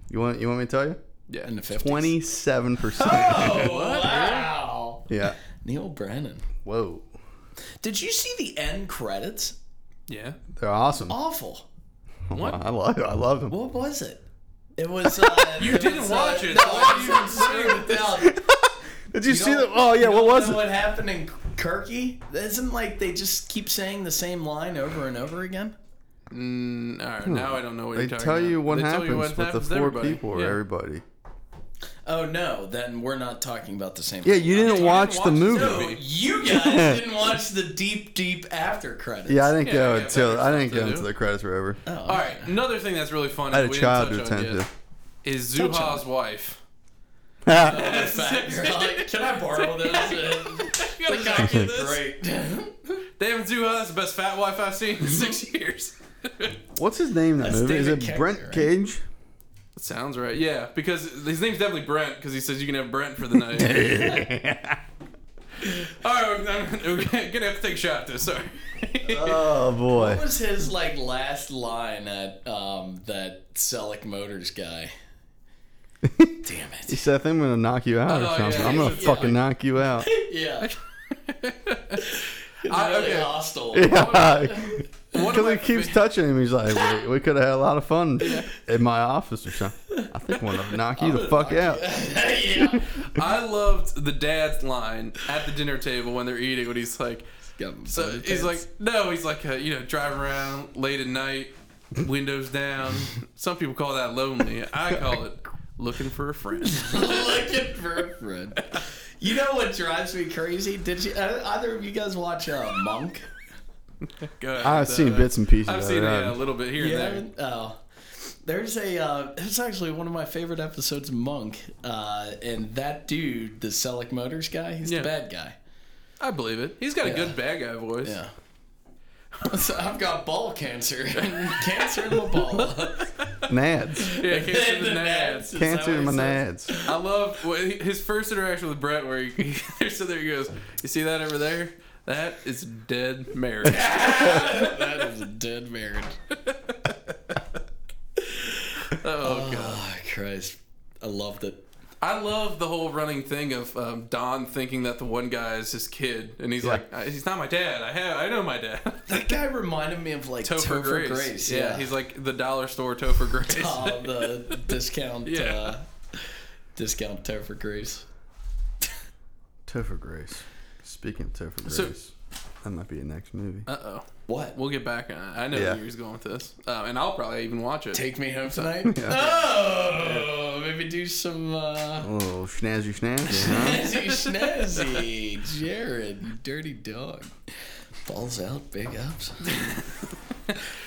[SPEAKER 2] You want you want me to tell you?
[SPEAKER 1] Yeah.
[SPEAKER 3] In the 50s.
[SPEAKER 2] Twenty seven
[SPEAKER 1] Oh!
[SPEAKER 2] percent.
[SPEAKER 3] Wow.
[SPEAKER 2] Yeah.
[SPEAKER 3] Neil Brennan.
[SPEAKER 2] Whoa.
[SPEAKER 3] Did you see the end credits?
[SPEAKER 1] Yeah.
[SPEAKER 2] They're awesome.
[SPEAKER 3] Awful.
[SPEAKER 1] What?
[SPEAKER 2] I love I love them.
[SPEAKER 3] What was it? It was. Uh,
[SPEAKER 1] You
[SPEAKER 3] it
[SPEAKER 1] didn't
[SPEAKER 3] was,
[SPEAKER 1] watch
[SPEAKER 3] uh,
[SPEAKER 1] it,
[SPEAKER 3] No,
[SPEAKER 1] so
[SPEAKER 3] I
[SPEAKER 1] why do you
[SPEAKER 3] didn't
[SPEAKER 1] consider
[SPEAKER 3] see it. down.
[SPEAKER 2] Did you, see
[SPEAKER 3] don't-
[SPEAKER 2] the? Oh yeah. What
[SPEAKER 3] You
[SPEAKER 2] was
[SPEAKER 3] know
[SPEAKER 2] it?
[SPEAKER 3] What happened in Kirky? Isn't like they just keep saying the same line over and over again?
[SPEAKER 1] Mm, all right. Now I don't know what
[SPEAKER 2] Hmm. They
[SPEAKER 1] you're talking
[SPEAKER 2] tell
[SPEAKER 1] about.
[SPEAKER 2] you what
[SPEAKER 1] They tell
[SPEAKER 2] happens
[SPEAKER 1] you what
[SPEAKER 2] with
[SPEAKER 1] happens
[SPEAKER 2] the
[SPEAKER 1] to
[SPEAKER 2] four
[SPEAKER 1] everybody.
[SPEAKER 2] people or
[SPEAKER 1] Yeah.
[SPEAKER 2] everybody.
[SPEAKER 3] Oh no, then we're not talking about the same.
[SPEAKER 2] Yeah, you didn't watch the
[SPEAKER 1] watch
[SPEAKER 2] movie.
[SPEAKER 1] this
[SPEAKER 3] No, you guys didn't watch the deep, deep after credits.
[SPEAKER 2] Yeah, I didn't
[SPEAKER 1] Yeah,
[SPEAKER 2] go
[SPEAKER 1] yeah,
[SPEAKER 2] until
[SPEAKER 1] better
[SPEAKER 2] I didn't
[SPEAKER 1] stuff to
[SPEAKER 2] go
[SPEAKER 1] do.
[SPEAKER 2] until the credits were over.
[SPEAKER 3] Oh,
[SPEAKER 1] All right. Another thing that's really fun.
[SPEAKER 2] I
[SPEAKER 1] that
[SPEAKER 2] had a
[SPEAKER 1] we
[SPEAKER 2] child to
[SPEAKER 1] didn't touch on
[SPEAKER 2] attend
[SPEAKER 1] yet Is
[SPEAKER 3] Touch
[SPEAKER 1] Zuha's wife?
[SPEAKER 2] to.
[SPEAKER 3] In fact, you're like, Can I borrow this? Uh,
[SPEAKER 1] You gotta
[SPEAKER 3] this is
[SPEAKER 1] copy
[SPEAKER 3] actually
[SPEAKER 1] this.
[SPEAKER 3] Great.
[SPEAKER 1] Damn, Zuha, that's the best fat wife I've seen in six years.
[SPEAKER 2] What's his name in that
[SPEAKER 3] That's
[SPEAKER 2] movie? Is
[SPEAKER 3] David
[SPEAKER 2] it
[SPEAKER 3] Koechner,
[SPEAKER 2] Brent
[SPEAKER 3] right?
[SPEAKER 2] Cage?
[SPEAKER 1] Sounds right. Yeah, because his name's definitely Brent because he says you can have Brent for the night. All right, I'm, I'm gonna have to take a shot at this. Sorry.
[SPEAKER 2] Oh boy.
[SPEAKER 3] What was his like last line at um, that Selleck Motors guy? Damn
[SPEAKER 2] He
[SPEAKER 3] it.
[SPEAKER 2] said, I think I'm going to knock you out
[SPEAKER 1] Oh, yeah,
[SPEAKER 2] or something.
[SPEAKER 1] yeah,
[SPEAKER 2] I'm going to
[SPEAKER 1] yeah.
[SPEAKER 2] fucking knock you out.
[SPEAKER 3] Yeah.
[SPEAKER 1] I-
[SPEAKER 3] really
[SPEAKER 1] okay.
[SPEAKER 3] hostile.
[SPEAKER 2] Because
[SPEAKER 1] One of my
[SPEAKER 2] he keeps
[SPEAKER 1] fa-
[SPEAKER 2] touching him. He's like, we, we could have had a lot of fun in my office or something. I think I'm going to knock you the fuck out.
[SPEAKER 3] yeah.
[SPEAKER 1] I loved the dad's line at the dinner table when they're eating when he's like, so he's like, no, he's like, uh, you know, driving around late at night, windows down. Some people call that lonely. I call it looking for a friend.
[SPEAKER 3] looking for a friend. You know what drives me crazy? Did you uh, either of you guys watch uh, Monk?
[SPEAKER 1] Go ahead,
[SPEAKER 2] I've
[SPEAKER 1] uh,
[SPEAKER 2] seen bits and pieces
[SPEAKER 1] I've
[SPEAKER 2] of
[SPEAKER 1] seen
[SPEAKER 2] it.
[SPEAKER 1] yeah, a
[SPEAKER 2] I've-
[SPEAKER 1] little bit here
[SPEAKER 3] You
[SPEAKER 1] and there.
[SPEAKER 3] haven't? Oh. There's a. Uh, it's actually one of my favorite episodes, Monk, uh, and that dude, the Selleck Motors guy, he's
[SPEAKER 1] Yeah.
[SPEAKER 3] the bad guy.
[SPEAKER 1] I believe it. He's got a good bad guy voice.
[SPEAKER 3] Yeah. So I've got ball cancer, cancer in the ball,
[SPEAKER 2] Nads.
[SPEAKER 1] Yeah, cancer in the nads.
[SPEAKER 3] Is
[SPEAKER 2] Cancer
[SPEAKER 3] that
[SPEAKER 2] in my
[SPEAKER 3] what he said?
[SPEAKER 2] nads.
[SPEAKER 1] I love well, he- his first interaction with Brett, where he, he so there he goes. You see that over there? That is dead marriage.
[SPEAKER 3] That is a dead marriage.
[SPEAKER 1] Oh god.
[SPEAKER 3] Oh Christ, I loved it.
[SPEAKER 1] I love the whole running thing of um, Don thinking that the one guy is his kid, and he's like, "Uh, he's not my dad. I have, I know my dad.
[SPEAKER 3] That guy reminded me of like
[SPEAKER 1] Topher Grace.
[SPEAKER 3] Yeah,
[SPEAKER 1] Yeah. he's like the dollar store Topher Grace.
[SPEAKER 3] oh, the discount.
[SPEAKER 1] Yeah.
[SPEAKER 3] Uh, discount Topher Grace.
[SPEAKER 2] Topher Grace. Speaking of Topher Grace,
[SPEAKER 1] So-
[SPEAKER 2] that might be a next movie.
[SPEAKER 1] uh oh.
[SPEAKER 3] What?
[SPEAKER 1] We'll get back on it. I know
[SPEAKER 2] Yeah.
[SPEAKER 1] where he's going with this, uh, and I'll probably even watch it.
[SPEAKER 3] Take me home tonight. Oh, maybe do some. Uh,
[SPEAKER 2] Oh, schnazzy schnazzy, huh?
[SPEAKER 3] Snazzy, snazzy, Jared, dirty dog. Balls out, big ups.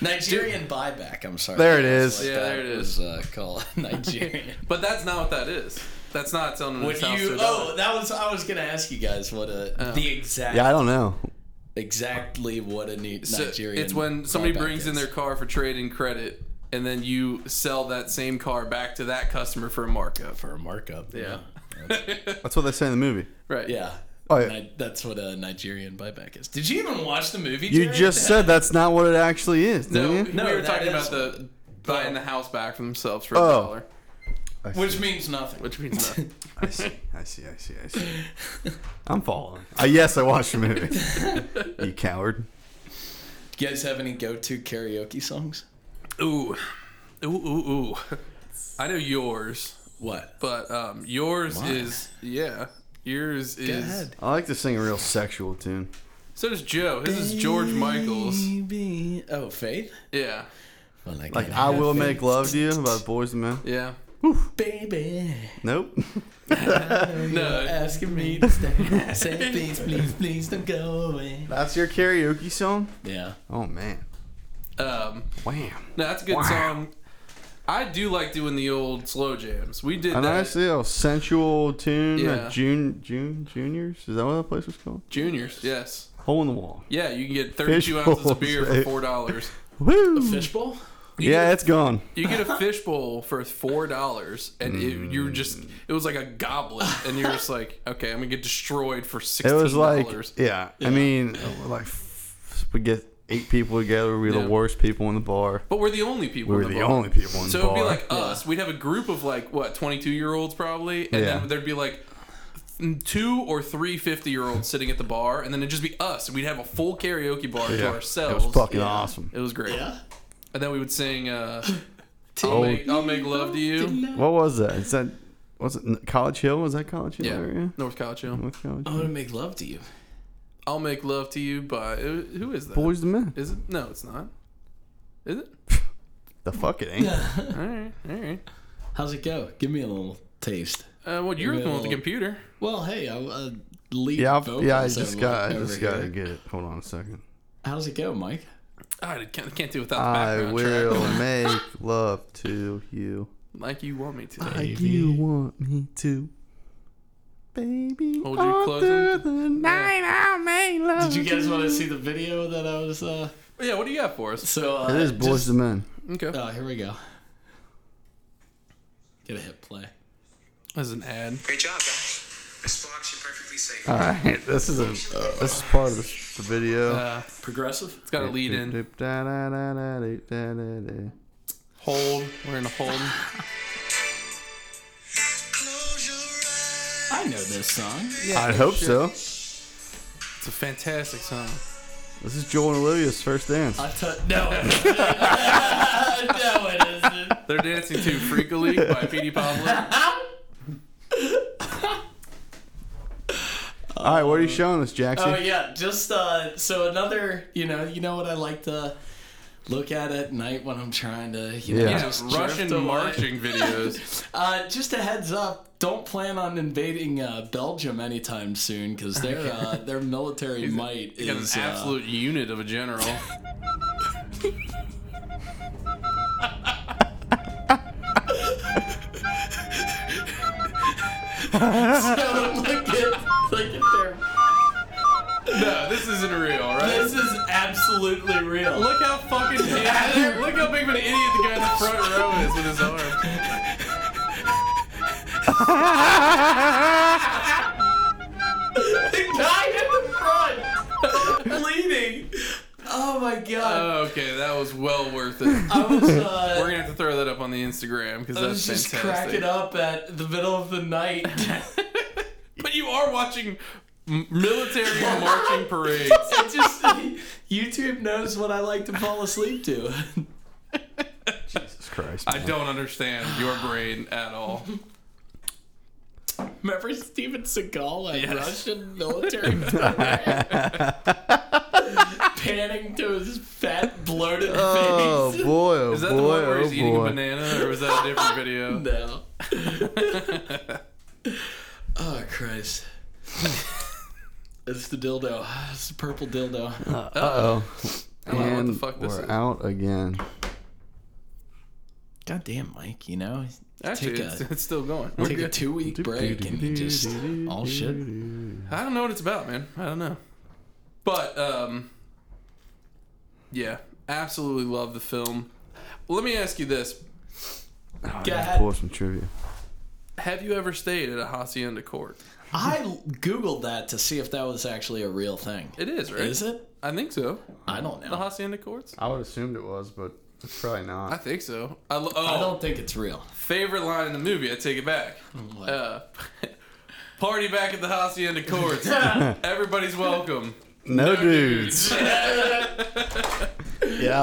[SPEAKER 3] Nigerian buyback. I'm sorry.
[SPEAKER 2] There it is.
[SPEAKER 1] Yeah, there it is.
[SPEAKER 3] Was, uh, called Nigerian.
[SPEAKER 1] but that's not what that is. That's not selling him
[SPEAKER 3] Would
[SPEAKER 1] his house
[SPEAKER 3] you?
[SPEAKER 1] to a
[SPEAKER 3] Oh,
[SPEAKER 1] dollar.
[SPEAKER 3] that was. I was gonna ask you guys what a the exact
[SPEAKER 2] Yeah, I don't know.
[SPEAKER 3] exactly what a ni-
[SPEAKER 1] So
[SPEAKER 3] Nigerian.
[SPEAKER 1] it's when somebody
[SPEAKER 3] buyback
[SPEAKER 1] brings in
[SPEAKER 3] is.
[SPEAKER 1] their car for trade and credit, and then you sell that same car back to that customer for a markup.
[SPEAKER 3] for a markup.
[SPEAKER 1] Yeah.
[SPEAKER 2] That's what they say in the movie.
[SPEAKER 1] Right.
[SPEAKER 3] Yeah.
[SPEAKER 2] Oh, yeah.
[SPEAKER 3] Ni- that's what a Nigerian buyback is. Did you even watch the movie?
[SPEAKER 2] You
[SPEAKER 3] Jared?
[SPEAKER 2] just said that's not what it actually is,
[SPEAKER 1] No,
[SPEAKER 2] didn't you?
[SPEAKER 1] we were
[SPEAKER 3] that
[SPEAKER 1] talking
[SPEAKER 3] is-
[SPEAKER 1] about the buying the house back for themselves for a
[SPEAKER 2] Oh.
[SPEAKER 1] dollar,
[SPEAKER 2] I see.
[SPEAKER 3] which means nothing.
[SPEAKER 1] which means nothing.
[SPEAKER 2] I see, I see, I see, I see. I'm following. Uh, yes, I watched the movie. you coward.
[SPEAKER 3] You guys have any go-to karaoke songs?
[SPEAKER 1] ooh, ooh, ooh, ooh. I know yours,
[SPEAKER 3] What?
[SPEAKER 1] but um, yours
[SPEAKER 3] Mine.
[SPEAKER 1] is yeah. Yours is
[SPEAKER 2] I like to sing a real sexual tune.
[SPEAKER 1] so does Joe. His is George Michaels.
[SPEAKER 3] Baby. Oh, Faith.
[SPEAKER 1] Yeah,
[SPEAKER 3] Well, like,
[SPEAKER 2] Like I will make love to you by Boys and Men.
[SPEAKER 1] yeah.
[SPEAKER 3] baby. Oh,
[SPEAKER 2] Nope.
[SPEAKER 1] No,
[SPEAKER 3] Asking me to stay. Say please, please, please don't go away.
[SPEAKER 2] That's your karaoke song.
[SPEAKER 3] Yeah.
[SPEAKER 2] Oh man.
[SPEAKER 1] um,
[SPEAKER 2] Wham.
[SPEAKER 1] no, that's a good
[SPEAKER 2] Wow.
[SPEAKER 1] song. I do like doing the old slow jams. We did
[SPEAKER 2] And
[SPEAKER 1] that.
[SPEAKER 2] I see a sensual tune
[SPEAKER 1] Yeah.
[SPEAKER 2] at June June Juniors. Is that what that place was called?
[SPEAKER 1] Juniors, yes.
[SPEAKER 2] Hole in the wall.
[SPEAKER 1] Yeah, you can get 32 ounces of beer for
[SPEAKER 2] Fishbowl.
[SPEAKER 1] four dollars.
[SPEAKER 2] Woo!
[SPEAKER 3] Hmm. Fishbowl?
[SPEAKER 2] Yeah, it's gone.
[SPEAKER 1] You get a fishbowl for four dollars, and it, you were just it was like a goblet, and you're just like, okay, I'm gonna get destroyed for
[SPEAKER 2] It
[SPEAKER 1] sixteen
[SPEAKER 2] was like
[SPEAKER 1] dollars.
[SPEAKER 2] yeah. I mean, like f- we get eight people together. We were
[SPEAKER 1] Yeah.
[SPEAKER 2] the worst people in the bar.
[SPEAKER 1] but we're the only people.
[SPEAKER 2] We were
[SPEAKER 1] in
[SPEAKER 2] the,
[SPEAKER 1] the, bar.
[SPEAKER 2] only people in
[SPEAKER 1] So
[SPEAKER 2] the
[SPEAKER 1] it'd
[SPEAKER 2] bar.
[SPEAKER 1] be like us. We'd have a group of like what twenty two year olds probably, and
[SPEAKER 2] Yeah.
[SPEAKER 1] then there'd be like th- two or three 50 year olds sitting at the bar, and then it'd just be us, and we'd have a full karaoke bar to
[SPEAKER 2] Yeah.
[SPEAKER 1] ourselves.
[SPEAKER 2] It was fucking
[SPEAKER 3] Yeah.
[SPEAKER 2] awesome.
[SPEAKER 1] It was great.
[SPEAKER 3] Yeah.
[SPEAKER 1] And then we would sing. Uh, I'll,
[SPEAKER 2] Oh.
[SPEAKER 1] make, I'll make love to you.
[SPEAKER 2] What was that? Is that was it College Hill? Was that College Hill
[SPEAKER 1] Yeah, Uh,
[SPEAKER 2] area?
[SPEAKER 1] North College Hill.
[SPEAKER 2] North College
[SPEAKER 3] I'm
[SPEAKER 2] Hill.
[SPEAKER 3] going to make love to you.
[SPEAKER 1] I'll make love to you by who is that?
[SPEAKER 2] Boys the men.
[SPEAKER 1] Is it? No, it's not. Is it?
[SPEAKER 2] The fuck it ain't.
[SPEAKER 1] All right, all right.
[SPEAKER 3] How's it go? Give me a little taste.
[SPEAKER 1] Uh, well, you're the one with the
[SPEAKER 3] Well-
[SPEAKER 1] computer.
[SPEAKER 3] Well, hey, I'm a lead
[SPEAKER 2] Yeah, I've,
[SPEAKER 3] vocalist
[SPEAKER 2] yeah. I
[SPEAKER 3] over
[SPEAKER 2] just got. I
[SPEAKER 3] here.
[SPEAKER 2] just got to get it. Hold on a second.
[SPEAKER 3] How's it go, Mike?
[SPEAKER 1] I can't, can't do without the
[SPEAKER 2] I
[SPEAKER 1] background
[SPEAKER 2] will
[SPEAKER 1] track.
[SPEAKER 2] make love to you.
[SPEAKER 1] Like you want me to.
[SPEAKER 2] Like
[SPEAKER 3] Baby.
[SPEAKER 2] you want me to. Baby,
[SPEAKER 1] Hold your
[SPEAKER 2] all
[SPEAKER 1] clothes
[SPEAKER 2] through
[SPEAKER 1] in.
[SPEAKER 2] the night I'll make love
[SPEAKER 3] Did you guys
[SPEAKER 2] to
[SPEAKER 3] want to see the video that I was? uh
[SPEAKER 1] yeah, what do you got for us?
[SPEAKER 3] So uh,
[SPEAKER 2] It is Boys
[SPEAKER 3] just-
[SPEAKER 2] to Men.
[SPEAKER 1] Okay.
[SPEAKER 3] Oh, here we go. Get a hit play.
[SPEAKER 1] This is an ad.
[SPEAKER 4] Great job, guys. Miss Fox, you're perfectly safe.
[SPEAKER 2] All right, this is a this is part of the, the video.
[SPEAKER 1] Uh,
[SPEAKER 3] Progressive.
[SPEAKER 1] it's got a lead in. Hold. We're in a hold.
[SPEAKER 4] Close your eyes.
[SPEAKER 3] I know this song.
[SPEAKER 2] I hope so.
[SPEAKER 1] It's a fantastic song.
[SPEAKER 2] This is Joel and Olivia's first dance.
[SPEAKER 3] I t- no, it isn't. no, it isn't.
[SPEAKER 1] They're dancing to Freak a Leak by P.D. Pablo.
[SPEAKER 2] All right, what are you showing us, Jackson?
[SPEAKER 3] Oh yeah, just uh, so another. You know, you know what I like to look at at night when I'm trying to. You know,
[SPEAKER 2] Yeah.
[SPEAKER 1] Yeah,
[SPEAKER 3] just drift
[SPEAKER 1] Russian
[SPEAKER 3] away.
[SPEAKER 1] marching videos.
[SPEAKER 3] Uh, just a heads up. Don't plan on invading uh, Belgium anytime soon because their uh, their military might
[SPEAKER 1] Got an
[SPEAKER 3] is uh,
[SPEAKER 1] absolute unit of a general.
[SPEAKER 3] so look at look at their.
[SPEAKER 1] No, this isn't real, right?
[SPEAKER 3] This is absolutely real.
[SPEAKER 1] Look how fucking idiot, look how big of an idiot the guy in the front row is with his arm.
[SPEAKER 3] the guy in the front bleeding. Oh my god.
[SPEAKER 1] Okay, that was well worth it.
[SPEAKER 3] I was
[SPEAKER 1] We're
[SPEAKER 3] uh,
[SPEAKER 1] gonna have to throw that up on the Instagram because
[SPEAKER 3] I was
[SPEAKER 1] that's
[SPEAKER 3] just
[SPEAKER 1] fantastic.
[SPEAKER 3] cracking up at the middle of the night.
[SPEAKER 1] But you are watching m- military marching parades.
[SPEAKER 3] I just YouTube knows what I like to fall asleep to.
[SPEAKER 2] Jesus Christ.
[SPEAKER 1] I don't understand your brain at all.
[SPEAKER 3] Remember Steven Seagal, a
[SPEAKER 1] Yes.
[SPEAKER 3] Russian military veteran, panning to his fat, bloated
[SPEAKER 2] Oh
[SPEAKER 3] face?
[SPEAKER 2] boy, oh
[SPEAKER 1] Is that
[SPEAKER 2] boy,
[SPEAKER 1] the one where
[SPEAKER 2] oh
[SPEAKER 1] he's eating a
[SPEAKER 2] boy.
[SPEAKER 1] banana, or was that a different video?
[SPEAKER 3] No. oh Christ. It's the dildo. It's the purple dildo.
[SPEAKER 2] Uh oh.
[SPEAKER 1] don't know what the
[SPEAKER 2] And
[SPEAKER 1] fuck this
[SPEAKER 2] we're
[SPEAKER 1] is.
[SPEAKER 2] out again.
[SPEAKER 3] God damn, Mike, you know?
[SPEAKER 1] Actually,
[SPEAKER 3] Take a-
[SPEAKER 1] it's, it's still going. We're
[SPEAKER 3] Take a
[SPEAKER 1] good.
[SPEAKER 3] two week break and you just all shit.
[SPEAKER 1] I don't know what it's about, man. I don't know. But um yeah, absolutely love the film. Let me ask you this.
[SPEAKER 2] Oh,
[SPEAKER 3] Go
[SPEAKER 2] I gotta
[SPEAKER 3] ahead.
[SPEAKER 2] Pour some trivia.
[SPEAKER 1] Have you ever stayed at a hacienda court?
[SPEAKER 3] I Googled that to see if that was actually a real thing.
[SPEAKER 1] It Uh-huh. is, right?
[SPEAKER 3] Is it?
[SPEAKER 1] I think so.
[SPEAKER 3] I don't
[SPEAKER 1] The
[SPEAKER 3] know.
[SPEAKER 1] hacienda courts?
[SPEAKER 2] I would assumed it was, but it's probably
[SPEAKER 1] I
[SPEAKER 2] not.
[SPEAKER 1] think so. I lo-
[SPEAKER 3] I
[SPEAKER 1] oh,
[SPEAKER 3] don't Oh, think it's real.
[SPEAKER 1] favorite line in the movie. I take it back.
[SPEAKER 3] What?
[SPEAKER 1] Uh, party back at the hacienda courts. Everybody's welcome.
[SPEAKER 2] No dudes. yeah, that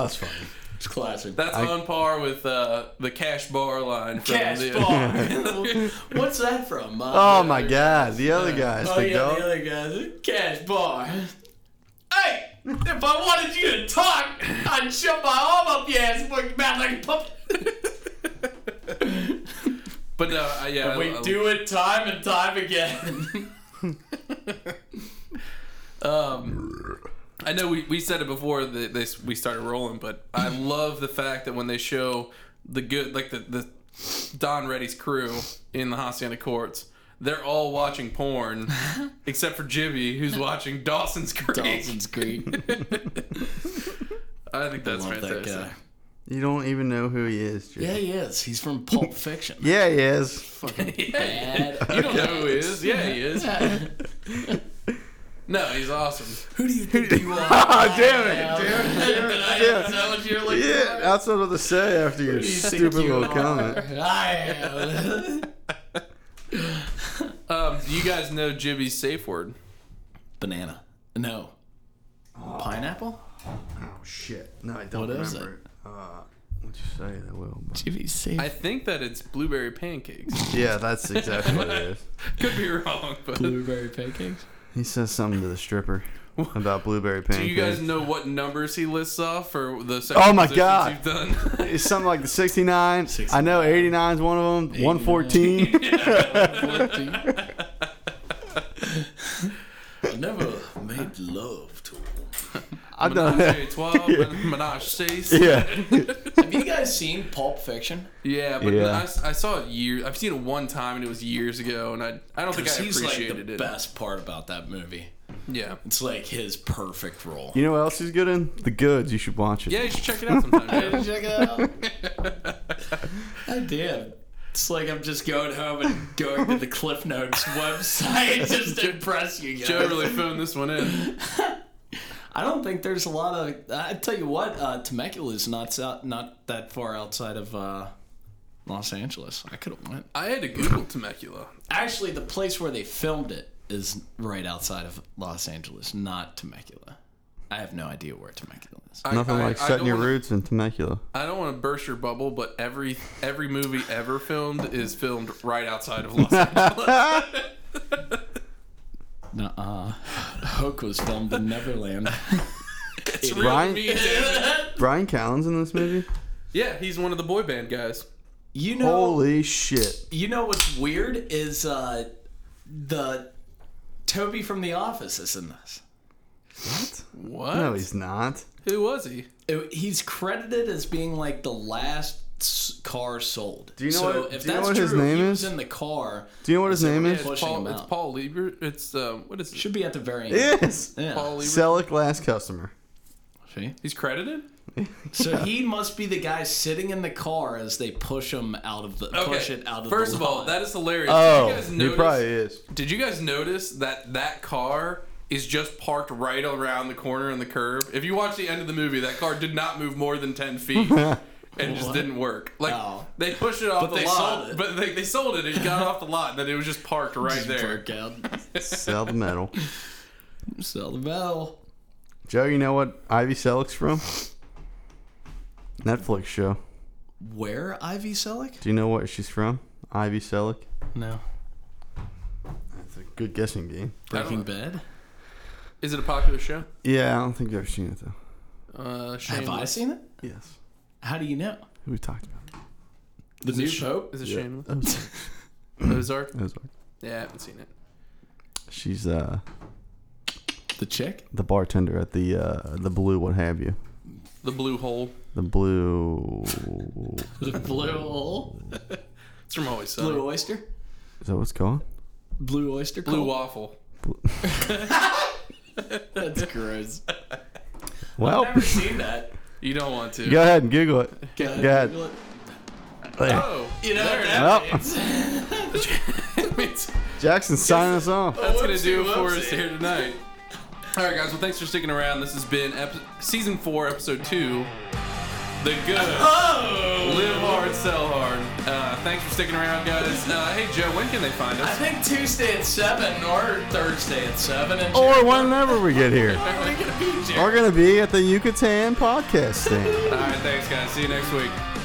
[SPEAKER 2] was funny.
[SPEAKER 3] It's classic.
[SPEAKER 1] That's on par with uh, the cash bar line. From
[SPEAKER 3] Cash
[SPEAKER 1] the-
[SPEAKER 3] bar. What's that from? Uh,
[SPEAKER 2] Oh my god, the other guys,
[SPEAKER 3] Oh
[SPEAKER 2] the
[SPEAKER 3] yeah,
[SPEAKER 2] dog.
[SPEAKER 3] the other guys. Cash bar. Hey, if I wanted you to talk, I'd shove my arm up your ass and work your mouth like a puppet.
[SPEAKER 1] But uh, I- yeah, I-
[SPEAKER 3] We
[SPEAKER 1] I-
[SPEAKER 3] do it time and time again.
[SPEAKER 1] I know we, we said it before that they, we started rolling, but I love the fact that when they show the good like the, the Don Reddy's crew in the Hacienda Courts. They're all watching porn, except for Jibby, who's watching Dawson's Creek.
[SPEAKER 3] Dawson's Creek.
[SPEAKER 1] I think that's
[SPEAKER 3] Love that
[SPEAKER 1] fantastic.
[SPEAKER 3] guy.
[SPEAKER 2] You don't even know who he is. Jay.
[SPEAKER 3] Yeah, he is. He's from Pulp Fiction.
[SPEAKER 2] Yeah, he is.
[SPEAKER 1] You don't know who he is? Yeah, he is. No, he's awesome.
[SPEAKER 3] Who do you think you are?
[SPEAKER 2] Ah, damn it, damn it.
[SPEAKER 3] Is that what you're like?
[SPEAKER 2] Yeah, that's what I'm about to say after your
[SPEAKER 1] you think
[SPEAKER 2] stupid
[SPEAKER 1] you
[SPEAKER 2] little
[SPEAKER 1] are?
[SPEAKER 2] comment.
[SPEAKER 3] I am.
[SPEAKER 1] Um, do you guys know Jibby's safe word?
[SPEAKER 3] Banana. No. Pineapple?
[SPEAKER 2] Oh shit! No, I don't
[SPEAKER 3] What is
[SPEAKER 2] remember.
[SPEAKER 3] it?
[SPEAKER 2] Uh, what'd you say that will? but-
[SPEAKER 3] Jimmy safe.
[SPEAKER 1] I think that it's blueberry pancakes.
[SPEAKER 2] Yeah, that's exactly what it is.
[SPEAKER 1] Could be wrong, but do
[SPEAKER 3] Blueberry pancakes?
[SPEAKER 2] He says something to the stripper about blueberry pancakes.
[SPEAKER 1] you guys know what numbers he lists off for the
[SPEAKER 2] Oh my
[SPEAKER 1] positions
[SPEAKER 2] God.
[SPEAKER 1] you've done?
[SPEAKER 2] It's something like the 69. I know 89 is one of them. 114.
[SPEAKER 3] I never made love to
[SPEAKER 2] I've done
[SPEAKER 1] Menage a
[SPEAKER 2] that.
[SPEAKER 1] twelve, men- menage six.
[SPEAKER 2] Yeah.
[SPEAKER 3] Have you guys seen Pulp Fiction?
[SPEAKER 1] Yeah, but
[SPEAKER 2] Yeah.
[SPEAKER 1] I, s- I saw it years. I've seen it one time, and it was years ago, and I I don't think I
[SPEAKER 3] he's like
[SPEAKER 1] appreciated
[SPEAKER 3] the
[SPEAKER 1] it.
[SPEAKER 3] best part about that movie.
[SPEAKER 1] Yeah,
[SPEAKER 3] It's like his perfect role.
[SPEAKER 2] You know what else he's good in? The Goods. You should watch it.
[SPEAKER 1] yeah, you should check it out sometime.
[SPEAKER 3] Did you
[SPEAKER 1] Jared.
[SPEAKER 3] check it out? I did. It's like I'm just going home and going to the Cliff Notes website just to impress you guys.
[SPEAKER 1] Joe really phoned this one in.
[SPEAKER 3] I don't think there's a lot of. I tell you what, uh, Temecula's not so, not that far outside of uh, Los Angeles. I could have went.
[SPEAKER 1] I had to Google Temecula.
[SPEAKER 3] Actually, the place where they filmed it is right outside of Los Angeles, not Temecula. I have no idea where Temecula is.
[SPEAKER 1] I-
[SPEAKER 2] Nothing
[SPEAKER 1] I-
[SPEAKER 2] like
[SPEAKER 1] I
[SPEAKER 2] setting
[SPEAKER 1] don't
[SPEAKER 2] your
[SPEAKER 1] wanna-
[SPEAKER 2] roots in Temecula.
[SPEAKER 1] I don't want to burst your bubble, but every every movie ever filmed is filmed right outside of Los Angeles.
[SPEAKER 3] Nuh-uh. Hook was filmed in Neverland.
[SPEAKER 1] it's real to
[SPEAKER 2] Right?
[SPEAKER 1] me, damn it.
[SPEAKER 2] Brian Callen's in this movie?
[SPEAKER 1] Yeah, he's one of the boy band guys.
[SPEAKER 3] You know.
[SPEAKER 2] Holy shit.
[SPEAKER 3] You know what's weird is uh, the Toby from The Office is in this.
[SPEAKER 1] What?
[SPEAKER 2] No, he's not.
[SPEAKER 1] Who was he?
[SPEAKER 3] It- he's credited as being like the last s- car sold. Do
[SPEAKER 2] you know
[SPEAKER 3] so
[SPEAKER 2] what-
[SPEAKER 3] if
[SPEAKER 2] do you know
[SPEAKER 3] that's
[SPEAKER 2] what
[SPEAKER 3] true,
[SPEAKER 2] his
[SPEAKER 3] if
[SPEAKER 2] name
[SPEAKER 3] he was
[SPEAKER 2] is?
[SPEAKER 3] in the car.
[SPEAKER 2] Do you know what his name
[SPEAKER 1] Yeah,
[SPEAKER 2] is?
[SPEAKER 1] it's
[SPEAKER 3] pushing him
[SPEAKER 1] Paul. It's
[SPEAKER 3] out.
[SPEAKER 1] Paul Lieber. It's um, what is it?
[SPEAKER 3] Should be at the very end.
[SPEAKER 2] Yes.
[SPEAKER 3] Yeah.
[SPEAKER 1] Paul Lieber.
[SPEAKER 2] Selleck last customer.
[SPEAKER 3] See?
[SPEAKER 1] He's credited.
[SPEAKER 3] So he must be the guy sitting in the car as they push him out of the push it out of
[SPEAKER 1] First
[SPEAKER 3] the
[SPEAKER 1] of all,
[SPEAKER 3] lot.
[SPEAKER 1] that is hilarious.
[SPEAKER 2] Oh,
[SPEAKER 1] did you guys
[SPEAKER 2] he
[SPEAKER 1] notice?
[SPEAKER 2] probably is.
[SPEAKER 1] Did you guys notice that that car is just parked right around the corner on the curb? If you watch the end of the movie, that car did not move more than ten feet. And it just didn't work. Like
[SPEAKER 3] Oh.
[SPEAKER 1] they pushed it off the
[SPEAKER 3] they
[SPEAKER 1] lot,
[SPEAKER 3] sold it.
[SPEAKER 1] but they, they sold it. It got off the lot, and then it was just parked right there.
[SPEAKER 3] Jerk out.
[SPEAKER 2] Sell the metal.
[SPEAKER 3] Sell the bell.
[SPEAKER 2] Joe, you know what Ivy Selleck's from? Netflix show.
[SPEAKER 3] Where Ivy Selleck?
[SPEAKER 2] Do you know what she's from? Ivy Selleck.
[SPEAKER 3] No.
[SPEAKER 2] It's a good guessing game.
[SPEAKER 3] Breaking Bad.
[SPEAKER 1] Is it a popular show?
[SPEAKER 2] Yeah, I don't think you've ever seen it though.
[SPEAKER 1] Uh,
[SPEAKER 3] Have I
[SPEAKER 1] Shameless.
[SPEAKER 3] seen it?
[SPEAKER 2] Yes.
[SPEAKER 3] How do you know?
[SPEAKER 2] We talked about
[SPEAKER 3] The New Pope.
[SPEAKER 1] Is it
[SPEAKER 2] Yeah.
[SPEAKER 1] Shameless?
[SPEAKER 2] it. Ozark.
[SPEAKER 1] Ozark?
[SPEAKER 2] Ozark.
[SPEAKER 1] Yeah, I haven't seen it.
[SPEAKER 2] She's uh
[SPEAKER 3] The chick?
[SPEAKER 2] the bartender at the uh the blue what have you.
[SPEAKER 1] The Blue Hole.
[SPEAKER 2] The blue
[SPEAKER 3] The blue
[SPEAKER 1] It's from Always Sunny.
[SPEAKER 3] blue
[SPEAKER 1] Blue,
[SPEAKER 3] oyster?
[SPEAKER 2] is that what's called?
[SPEAKER 3] Blue oyster
[SPEAKER 1] Blue
[SPEAKER 3] cult?
[SPEAKER 1] Waffle.
[SPEAKER 3] That's gross.
[SPEAKER 2] Well
[SPEAKER 3] I've never seen that.
[SPEAKER 1] You don't want to.
[SPEAKER 2] go ahead and Google it. Go
[SPEAKER 3] God.
[SPEAKER 2] ahead. There.
[SPEAKER 1] Oh,
[SPEAKER 3] You know
[SPEAKER 1] there it
[SPEAKER 3] that
[SPEAKER 2] Well,
[SPEAKER 1] is.
[SPEAKER 2] Jackson signing us off.
[SPEAKER 1] That's gonna
[SPEAKER 3] Whoopsie,
[SPEAKER 1] do it for
[SPEAKER 3] whoopsie.
[SPEAKER 1] us here tonight. All right, guys. Well, thanks for sticking around. This has been epi- season four, episode two. The good.
[SPEAKER 3] Oh!
[SPEAKER 1] Live hard, sell hard. Uh, thanks for sticking around, guys. Uh, hey, Joe, when can they find
[SPEAKER 3] I
[SPEAKER 1] us?
[SPEAKER 3] think Tuesday at seven or Thursday at seven. And
[SPEAKER 2] Or whenever we get here.
[SPEAKER 3] Where are we gonna be, Jared?
[SPEAKER 2] We're gonna be at the Yucatan podcast stand.
[SPEAKER 1] All right, thanks, guys. See you next week.